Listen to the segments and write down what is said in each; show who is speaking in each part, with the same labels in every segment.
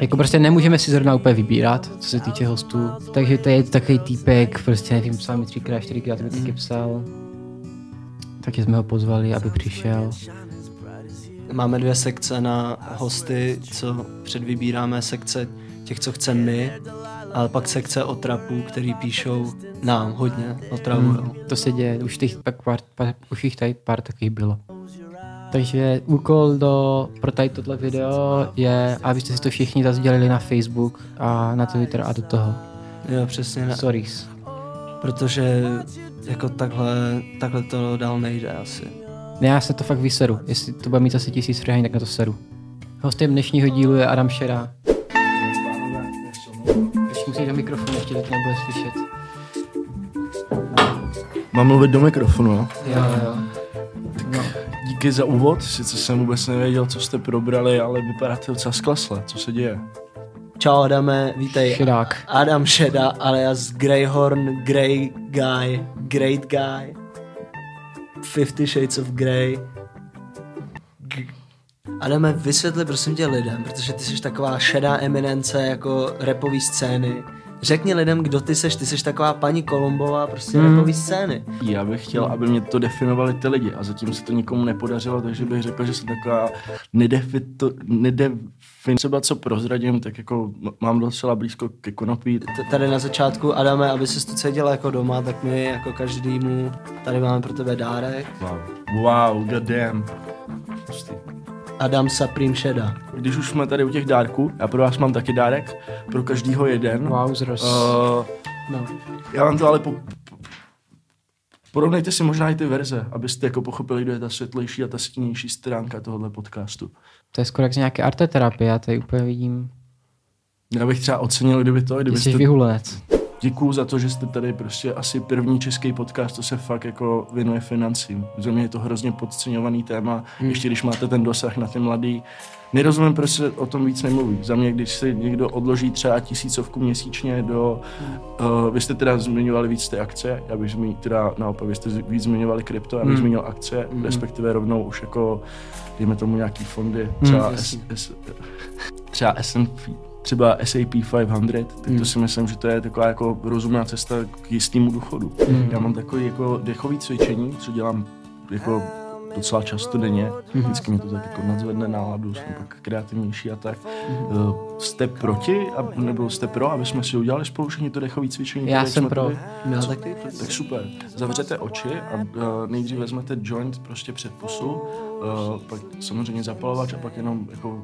Speaker 1: Jako prostě nemůžeme si zrovna úplně vybírat, co se týče hostů. Takže to je takový týpek, prostě nevím, psal mi třikrát, čtyřikrát mi taky psal. Takže jsme ho pozvali, aby přišel.
Speaker 2: Máme dvě sekce na hosty, co předvybíráme, sekce těch, co chceme my, ale pak sekce o trapu, který píšou nám hodně, otravujou.
Speaker 1: Mm, to se děje, už, těch, pak pár, pár, už jich tady pár takových bylo. Takže úkol do, pro tady tohle video je, abyste si to všichni zazdělili na Facebook a na Twitter a do toho.
Speaker 2: Jo, přesně, ne.
Speaker 1: Stories.
Speaker 2: protože jako takhle, takhle to dál nejde asi.
Speaker 1: Ne, já se to fakt vyseru. Jestli to bude mít zase tisíc frehání, tak na to seru. Hostem dnešního dílu je Adam Šera. Ještě musíš do mikrofonu, ještě to nebude slyšet.
Speaker 3: Mám mluvit do mikrofonu, jo?
Speaker 1: Jo, jo. No,
Speaker 3: Díky za úvod, sice jsem vůbec nevěděl, co jste probrali, ale vypadá to docela sklasle, co se děje.
Speaker 2: Čau Adame, vítej.
Speaker 1: šedák.
Speaker 2: Adam Šeda alias Greyhorn, Grey Guy, Great Guy, Fifty Shades of Grey. G- Adame, vysvětli prosím tě lidem, protože ty jsi taková šedá eminence jako repový scény. Řekni lidem, kdo ty seš, ty seš taková paní Kolombová prostě mm. repový scény.
Speaker 3: Já bych chtěl, aby mě to definovali ty lidi a zatím se to nikomu nepodařilo, takže bych řekl, že jsem taková nedefito, nedefin... Třeba co prozradím, tak jako m- mám docela blízko ke konopí.
Speaker 2: T- Tady na začátku, Adame, aby se to cítila jako doma, tak my jako každému tady máme pro tebe dárek.
Speaker 3: Wow, wow goddamn. Hustý.
Speaker 2: Adam Supreme Šeda.
Speaker 3: Když už jsme tady u těch dárků, já pro vás mám taky dárek, pro každýho jeden.
Speaker 1: Wow, zroz.
Speaker 3: Uh,
Speaker 1: No.
Speaker 3: já vám to ale po, po- porovnejte si možná i ty verze, abyste jako pochopili, kdo je ta světlejší a ta stínější stránka tohohle podcastu.
Speaker 1: To je skoro jak z nějaké arteterapie, já tady úplně vidím.
Speaker 3: Já bych třeba ocenil, kdyby to,
Speaker 1: Ty jsi
Speaker 3: kdybyste...
Speaker 1: vyhulenec.
Speaker 3: Děkuju za to, že jste tady prostě asi první český podcast, co se fakt jako věnuje financím. Za mě je to hrozně podceňovaný téma, hmm. ještě když máte ten dosah na ty mladý. Nerozumím, proč se o tom víc nemluví. Za mě, když si někdo odloží třeba tisícovku měsíčně do... Uh, vy jste teda zmiňovali víc ty akce, já bych zmi, teda naopak, vy jste zi- víc zmiňovali krypto, já bych
Speaker 1: Hmm.
Speaker 3: zmínil akce, respektive rovnou už jako, dejme tomu nějaký fondy, třeba,
Speaker 2: Hmm,
Speaker 3: S,
Speaker 2: jasně.
Speaker 3: S, třeba S&P, třeba SAP 500, tak to
Speaker 2: Hmm.
Speaker 3: si myslím, že to je taková jako rozumná cesta k jistému důchodu.
Speaker 1: Hmm.
Speaker 3: Já mám takový jako dechový cvičení, co dělám jako docela často denně.
Speaker 1: Hmm.
Speaker 3: Vždycky mě to tak jako nadzvedne náladu, jsem pak kreativnější a tak.
Speaker 1: Hmm.
Speaker 3: Eh, Jste proti, ab- nebo jste pro, aby jsme si udělali spolu všichni to dechový cvičení?
Speaker 1: Já
Speaker 3: které
Speaker 1: jsem
Speaker 3: jsme
Speaker 1: pro.
Speaker 3: tady?
Speaker 2: No, tak ty
Speaker 3: Tak super. Zavřete oči a uh, nejdřív vezmete joint prostě před pusu, uh, pak samozřejmě zapalovač a pak jenom jako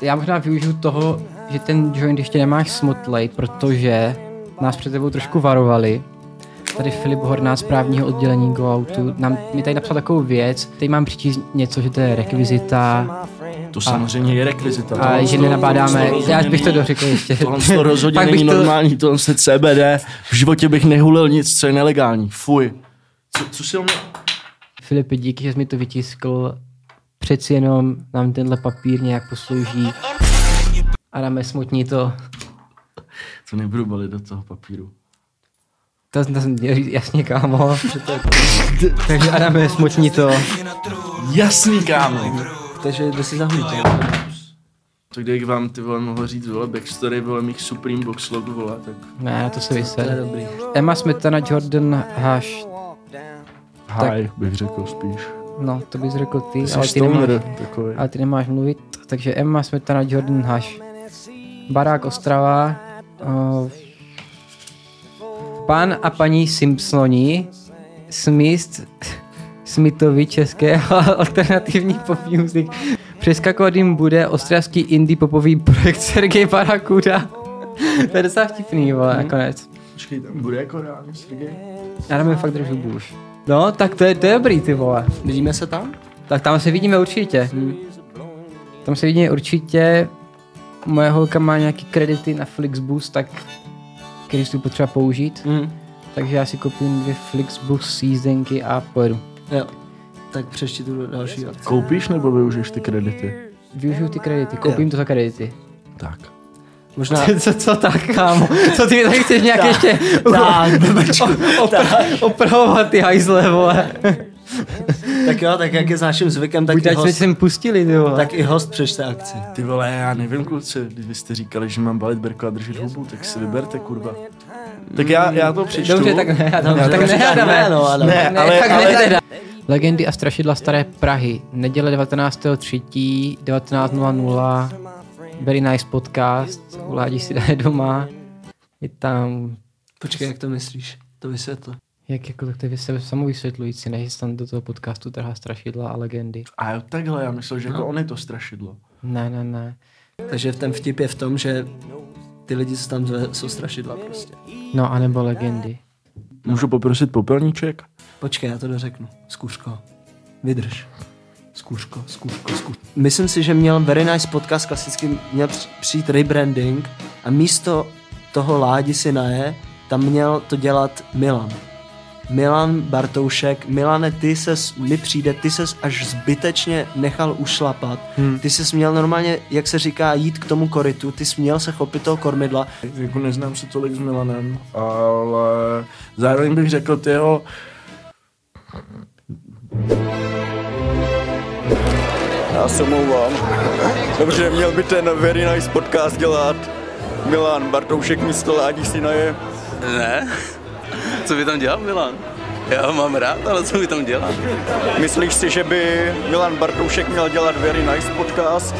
Speaker 1: Já možná využiju toho, že ten joint ještě nemáš smotlej, protože nás před tebou trošku varovali. Tady Filip Horná z právního oddělení Go Outu nám, mi tady napsal takovou věc, tady mám přečíst něco, že to je rekvizita
Speaker 3: to samozřejmě je rekvizita.
Speaker 1: a
Speaker 3: Tohle
Speaker 1: že
Speaker 3: to-
Speaker 1: nenabádáme,
Speaker 3: tohle to rozhodně
Speaker 1: já bych to
Speaker 3: není-
Speaker 1: dořekl ještě.
Speaker 3: Tohle to rozhodně
Speaker 1: Pak
Speaker 3: není
Speaker 1: bych to-
Speaker 3: normální, tohle se CBD, v životě bych nehulil nic, co je nelegální, fuj. Co, co si o mě...
Speaker 1: Filipi, díky, že jsi mi to vytiskl. Přeci jenom nám tenhle papír nějak poslouží. A dáme smutní to.
Speaker 3: To nebudu balit do toho papíru.
Speaker 1: To, to jsem měl říct, jasně, kámo. Takže Adame, smutní to.
Speaker 3: Jasný, kámo.
Speaker 2: Takže jde si zahudit.
Speaker 3: To kdybych vám ty vole mohl říct, vole, backstory, vole, mých Supreme Box log, vole, tak...
Speaker 1: Ne, na to se
Speaker 2: To je
Speaker 1: vyser.
Speaker 2: dobrý.
Speaker 1: Emma Smetana, Jordan, Haš.
Speaker 3: Hi, bych řekl spíš.
Speaker 1: No, to bys řekl ty,
Speaker 3: Jsi
Speaker 1: ale ty, nemáš,
Speaker 3: stoner, takový.
Speaker 1: ale ty nemáš mluvit. Takže Emma Smetana, Jordan, Haš. Barák Ostrava. Uh, pan a paní Simpsoni. Smist. Smitovi českého alternativní pop music. Přeskakovat jim bude ostravský indie popový projekt Sergej Barakuda. to je docela vtipný, vole, nakonec.
Speaker 3: Počkej, tam bude jako reálně Sergej?
Speaker 1: Já mi fakt držu bůž. No, tak to je, to je dobrý, ty vole.
Speaker 2: Vidíme se tam?
Speaker 1: Tak tam se vidíme určitě.
Speaker 2: Hmm.
Speaker 1: Tam se vidíme určitě. Moje holka má nějaký kredity na Flixbus, tak který si tu potřeba použít.
Speaker 2: Hmm.
Speaker 1: Takže já si koupím dvě Flixbus jízdenky a pojedu.
Speaker 2: Jo. Tak přečti tu další akci.
Speaker 3: Koupíš nebo využiješ ty kredity?
Speaker 1: Využiju ty kredity, koupím to za kredity.
Speaker 3: Tak.
Speaker 2: Možná...
Speaker 1: Co, co tak, kámo? Co ty mi tady chceš nějak ještě
Speaker 2: Tak, blbečku.
Speaker 1: opra- opravovat ty hajzle, vole?
Speaker 2: Tak jo, tak jak je s naším zvykem, tak
Speaker 1: Buď
Speaker 2: i,
Speaker 1: ať jsme
Speaker 2: host,
Speaker 1: sem pustili, ty vole.
Speaker 2: tak i host přečte akci.
Speaker 3: Ty vole, já nevím, kluci, když vy jste říkali, že mám balit berku a držet hubu, tak si vyberte, kurva. Tak já, já to přečtu.
Speaker 1: Dobře, tak ne, Adam,
Speaker 2: Dobře,
Speaker 1: tak
Speaker 2: dobře,
Speaker 1: ne,
Speaker 2: tak
Speaker 1: Adame.
Speaker 2: ne, no, Adame.
Speaker 1: Tak
Speaker 3: Ne, ale-
Speaker 1: tak
Speaker 3: ale-
Speaker 1: teda. Legendy a strašidla staré Prahy. Neděle 19.3. 19.00. Very nice podcast. Vládi si daje doma. Je tam
Speaker 2: Počkej, jak to myslíš? To vysvětlo.
Speaker 1: jak jako tak to je se samovysvětlující, než se tam do toho podcastu trhá strašidla a legendy.
Speaker 3: A jo, takhle, já myslel, že jako on je to strašidlo.
Speaker 1: Ne, ne, ne.
Speaker 2: Takže ten vtip je v tom, že ty lidi, co tam zve, jsou strašidla prostě.
Speaker 1: No, anebo legendy.
Speaker 3: Můžu poprosit popelníček?
Speaker 2: Počkej, já to dořeknu. Skůřko. Vydrž. Skůřko, skůřko, skůřko. Myslím si, že měl very nice podcast klasicky, měl při- přijít rebranding a místo toho Ládi si naje, tam měl to dělat Milan. Milan Bartoušek, Milane, ty ses, mi přijde, ty ses až zbytečně nechal ušlapat. Hmm. Ty ses měl normálně, jak se říká, jít k tomu koritu, ty jsi měl se chopit toho kormidla.
Speaker 3: Jako neznám se tolik s Milanem, ale zároveň bych řekl, ty jeho...
Speaker 4: Já se omlouvám. Dobře, měl by ten Very Nice podcast dělat Milan Bartoušek místo Ládí Sinaje.
Speaker 5: Ne? Co by tam dělal Milan? Já ho mám rád, ale co by tam dělal?
Speaker 4: Myslíš si, že by Milan Bartoušek měl dělat Very Nice podcast?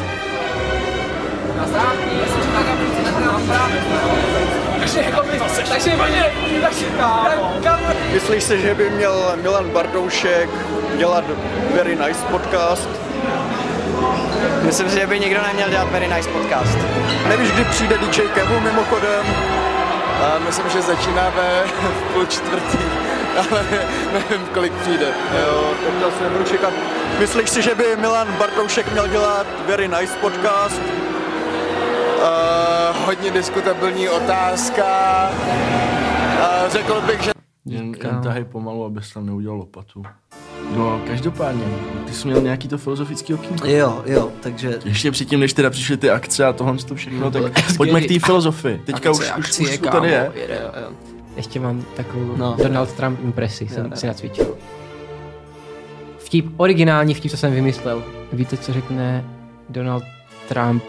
Speaker 4: Myslíš si, že by měl Milan Bartoušek dělat Very Nice podcast?
Speaker 6: Myslím si, že by nikdo neměl dělat Very Nice podcast.
Speaker 4: Nevíš, kdy přijde DJ Kevu mimochodem? A myslím, že začínáme v půl čtvrtý, ale nevím, kolik přijde. Jo, tak to asi nebudu čekat. Myslíš si, že by Milan Bartoušek měl dělat Very Nice podcast? Uh, hodně diskutabilní otázka. Uh, řekl bych, že
Speaker 3: Jen jen tahej pomalu, abys tam neudělal lopatu. No, každopádně, ty jsi měl nějaký to filozofický okýnko.
Speaker 2: Jo, jo, takže
Speaker 3: Ještě předtím, než teda přišly ty akce a tohle to všechno, tak pojďme k té filozofii. Teďka už, už, už to tady je.
Speaker 1: Ještě mám takovou no.
Speaker 2: No.
Speaker 1: Donald Trump impresi, jsem si nacvičil. Vtip, originální vtip, co jsem vymyslel. Víte, co řekne Donald Trump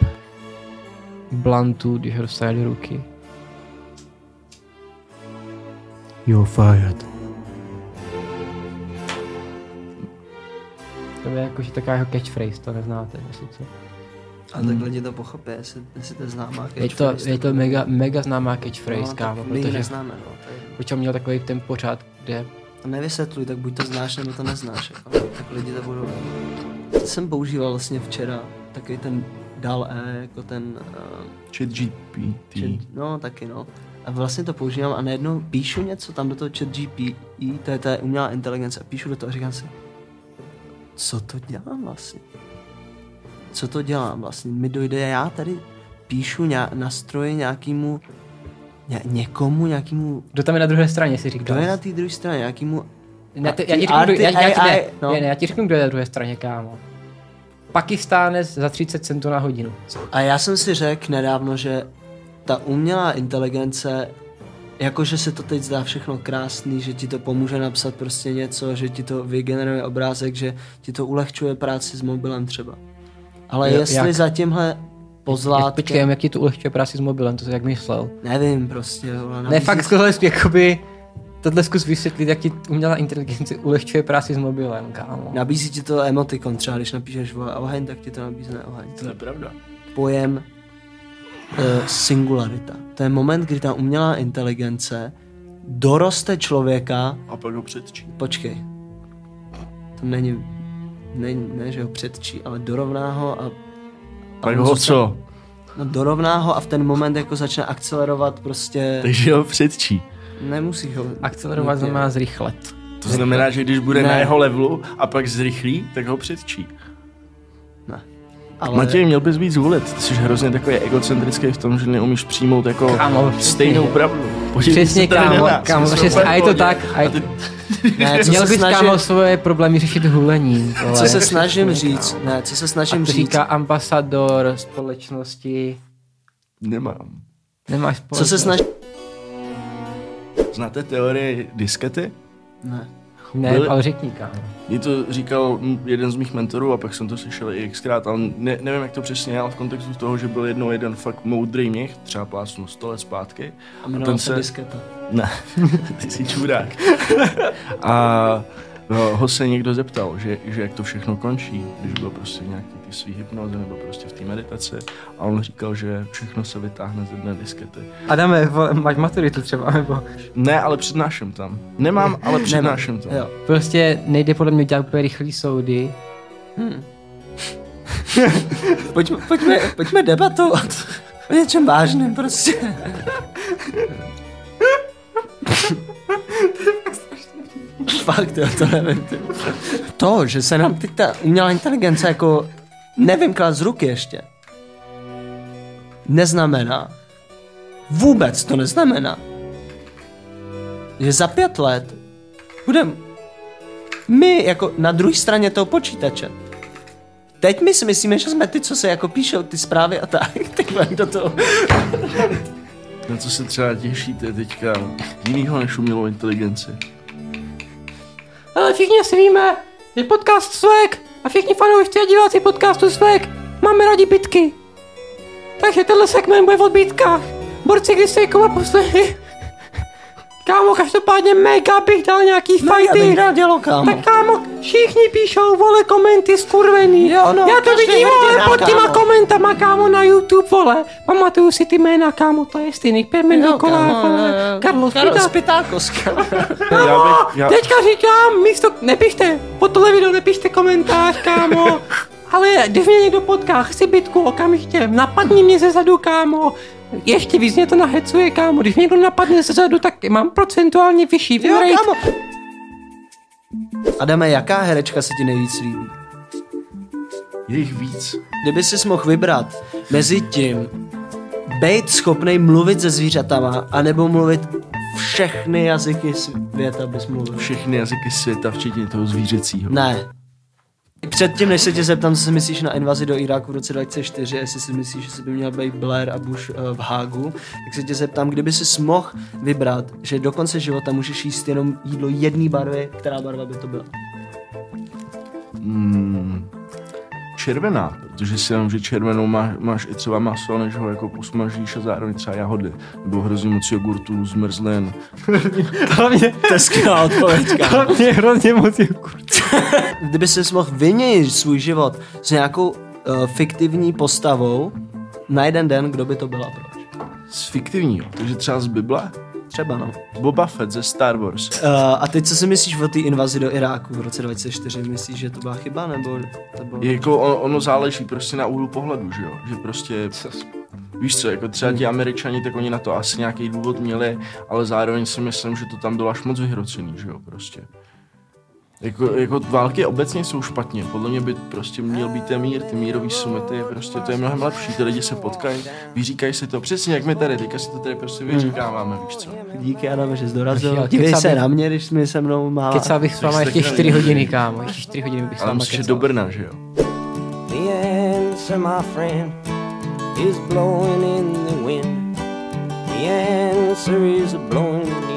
Speaker 1: Blantu, když ho dostane do ruky?
Speaker 7: You're fired.
Speaker 1: To je jakože taková jeho catchphrase, to neznáte, jestli co.
Speaker 2: A tak lidi to pochopí, jestli, jestli to je známá
Speaker 1: Hmm. Je to, je to mega, mega známá catchphrase,
Speaker 2: no,
Speaker 1: no, kámo,
Speaker 2: tak my ji
Speaker 1: protože
Speaker 2: neznáme, no. to je-
Speaker 1: už měl takový ten pořád, kde
Speaker 2: A nevysvětluj, tak buď to znáš, nebo to neznáš. Jako. Tak lidi to budou... Jsem používal vlastně včera takový ten dal E, jako ten... Uh,
Speaker 3: Chat GPT.
Speaker 2: chat, no, taky no. A vlastně to používám a najednou píšu něco tam do toho chat GPI, to je ta umělá inteligence, a píšu do toho a říkám si, co to dělám vlastně? Co to dělám vlastně? Mi dojde, já tady píšu ně, nastroje nějakýmu, ně, někomu, nějakému
Speaker 1: Kdo tam je na druhé straně, si
Speaker 2: Kdo
Speaker 1: říkal?
Speaker 2: je na té druhé straně? Nějakýmu...
Speaker 1: Ne,
Speaker 2: A
Speaker 1: te,
Speaker 2: ty
Speaker 1: já, ti řeknu, kdo, já, já, ti, ne,
Speaker 2: RTI, no.
Speaker 1: ne, ne, já ti řeknu, kdo je na druhé straně, kámo. Pakistánec za 30 centů na hodinu.
Speaker 2: A já jsem si řekl nedávno, že ta umělá inteligence, jakože se to teď zdá všechno krásný, že ti to pomůže napsat prostě něco, že ti to vygeneruje obrázek, že ti to ulehčuje práci s mobilem třeba. Ale
Speaker 1: Jo,
Speaker 2: jo, jestli
Speaker 1: jak?
Speaker 2: jak? za tímhle
Speaker 1: Jak, počkej,
Speaker 2: pozlátkem,
Speaker 1: jak ti to ulehčuje práci s mobilem, to jsi jak myslel.
Speaker 2: nevím prostě. Vole,
Speaker 1: Ne,
Speaker 2: nabízí-
Speaker 1: fakt tohle zkus, jakoby, tohle zkus vysvětlit, jak ti umělá inteligence ulehčuje práci s mobilem, kámo.
Speaker 2: Nabízí ti to emotikon třeba, když napíšeš vole oheň, tak ti to nabízne oheň.
Speaker 3: To je pravda.
Speaker 2: pojem eh, singularita. To je moment, kdy ta umělá inteligence doroste člověka,
Speaker 3: A pak ho předčí.
Speaker 2: počkej, to není, ne, ne že ho předčí, ale dorovná ho a
Speaker 3: Pak ho co?
Speaker 2: no, dorovná ho a v ten moment jako začne akcelerovat prostě,
Speaker 3: Takže ho předčí.
Speaker 2: nemusí ho. No,
Speaker 1: Akcelerovat znamená zrychlet.
Speaker 3: To znamená, že když bude
Speaker 2: Ne.
Speaker 3: na jeho levelu a pak zrychlí, tak ho předčí.
Speaker 2: Ne.
Speaker 3: Ale... Matěj, měl bys víc zvolit. Ty jsi hrozně takový egocentrický v tom, že neumíš přijmout jako
Speaker 1: Kámo, přesně.
Speaker 3: stejnou pravdu. Podívej
Speaker 1: Přesně,
Speaker 3: se tady na
Speaker 1: kámo,
Speaker 3: nás,
Speaker 1: kámo,
Speaker 3: my jsme
Speaker 1: přesně,
Speaker 3: úplně
Speaker 1: a je to
Speaker 3: pohodě.
Speaker 1: tak, a je-
Speaker 3: A ty,
Speaker 2: ne, co
Speaker 1: Měl
Speaker 2: se
Speaker 1: bys,
Speaker 2: snažím,
Speaker 1: kámo, svoje problémy řešit hulením.
Speaker 2: co
Speaker 1: vole.
Speaker 2: se snažím říct, ne, co se
Speaker 1: A
Speaker 2: snažím
Speaker 1: to
Speaker 2: říct,
Speaker 1: říká ambasador společnosti.
Speaker 3: nemám.
Speaker 1: Nemáš
Speaker 2: co
Speaker 1: společnost.
Speaker 2: se snažím,
Speaker 3: Znáte teorii diskety?
Speaker 2: ne,
Speaker 1: Ne,
Speaker 3: Byli-
Speaker 1: ale řekni kam.
Speaker 3: Mě to říkal mm, jeden z mých mentorů a pak jsem to slyšel i xkrát, ale ne, nevím, jak to přesně je, ale v kontextu toho, že byl jednou jeden fakt moudrý měch, třeba plácnu 100 let zpátky.
Speaker 2: A jmenoval se disketa.
Speaker 3: Ne, ty jsi čurák. a no, ho se někdo zeptal, že, že jak to všechno končí, když byl prostě v nějaký ty svý hypnoze nebo prostě v té meditaci a on říkal, že všechno se vytáhne ze dne diskety.
Speaker 1: Adame, vole, máš maturitu třeba, nebo
Speaker 3: Ne, ale přednáším tam. Nemám, ale přednáším tam.
Speaker 2: Jo.
Speaker 1: prostě nejde podle mě dělat úplně rychlý soudy.
Speaker 2: Pojďme, pojďme, pojďme debatovat o něčem vážném prostě. Fakt, jo, to nevím. Ty. To, že se nám teď ta umělá inteligence jako nevymkla z ruky ještě, neznamená, vůbec to neznamená, že za pět let budeme my jako na druhé straně toho počítače. Teď my si myslíme, že jsme ty, co se jako píšou ty zprávy a tak. Teď vám do toho.
Speaker 3: Na co se třeba těšíte teďka jinýho než umělou inteligenci?
Speaker 1: Ale všichni asi víme, je podcast Svek a všichni fanoušci a diváci podcastu Svek máme rádi bitky. Takže tenhle segment bude o bitkách. Borci, když se jako poslechli. Kámo, každopádně mega bych dal nějaký
Speaker 2: No, Já
Speaker 1: fighty.
Speaker 2: bych rád dělal, kámo.
Speaker 1: Tak kámo, všichni píšou, vole, komenty skurvený.
Speaker 2: Jo, no,
Speaker 1: Já to
Speaker 2: každý
Speaker 1: vidím,
Speaker 2: hrdina,
Speaker 1: vole, pod těma
Speaker 2: kámo.
Speaker 1: komentama, kámo, na YouTube, vole. Pamatuju si ty jména, kámo, to je stejný Permin Nikolá, vole, Carlos
Speaker 2: No, Karlo
Speaker 1: Pita.
Speaker 2: Spitákos, kámo.
Speaker 3: Já bych, já,
Speaker 1: Teďka říkám, místo, nepište, pod tohle video nepište komentář, kámo. Ale když mě někdo potká, chci bitku okamžitě, napadni mě ze zadu, kámo. Ještě víc mě to nahecuje, kámo. Když mě někdo napadne ze zadu, tak mám procentuálně vyšší win rate.
Speaker 2: Adame, jaká herečka se ti nejvíc líbí?
Speaker 3: je jich víc.
Speaker 2: Kdyby si mohl vybrat mezi tím, být schopný mluvit se zvířatama, anebo mluvit všechny jazyky světa bys mluvil.
Speaker 3: Všechny jazyky světa, včetně toho zvířecího.
Speaker 2: Ne. Předtím, než se tě zeptám, co si myslíš na invazi do Iráku v roce 2004, jestli si myslíš, že by měl být Blair a Bush eh, v Hágu, tak se tě zeptám, kdyby si mohl vybrat, že do konce života můžeš jíst jenom jídlo jedné barvy, která barva by to byla?
Speaker 3: Mm, červená, protože si jenom, že červenou má, máš i třeba maso, než ho jako posmažíš a zároveň třeba jahody. Nebo hrozně moc jogurtů, zmrzlin.
Speaker 1: Hlavně,
Speaker 2: To je skvělá odpověď, kámo.
Speaker 1: hlavně hrozně moc jogurt.
Speaker 2: Kdyby si mohl vyměnit svůj život s nějakou eh, fiktivní postavou na jeden den, kdo by to byla proč?
Speaker 3: Z fiktivního, takže třeba z Bible.
Speaker 2: Třeba no.
Speaker 3: Boba Fett ze Star Wars.
Speaker 2: Eh, a teď co si myslíš o té invazi do Iráku v roce 2004? Myslíš, že to byla chyba nebo to bylo...
Speaker 3: Je Jako on, ono záleží prostě na úhlu pohledu, že jo? Že prostě... Víš co, jako třeba ti američani, tak oni na to asi nějaký důvod měli, ale zároveň si myslím, že to tam bylo až moc vyhrocený, že jo, prostě. Jako, jako války obecně jsou špatně, podle mě by prostě měl být ten mír, ty mírový sumity, je prostě to je mnohem lepší, ty lidi se potkají, vyříkají si to, přesně jak my tady, teďka si to tady prostě vyříkáváme, víš co.
Speaker 2: Díky, Adame, že jsi dorazil.
Speaker 1: Jo,
Speaker 2: Dívej
Speaker 1: kecal
Speaker 2: se
Speaker 1: bych-
Speaker 2: na mě, když mi se mnou má...
Speaker 1: Kecal bych s váma ještě
Speaker 3: taky
Speaker 1: 4
Speaker 3: nevíš.
Speaker 1: hodiny, kámo. Ještě 4 hodiny bych s
Speaker 3: Ale
Speaker 1: váma
Speaker 3: musíš jít
Speaker 1: kecal.
Speaker 3: do Brna, že jo.
Speaker 8: The answer, my friend, is blowing in the wind. The answer is blowing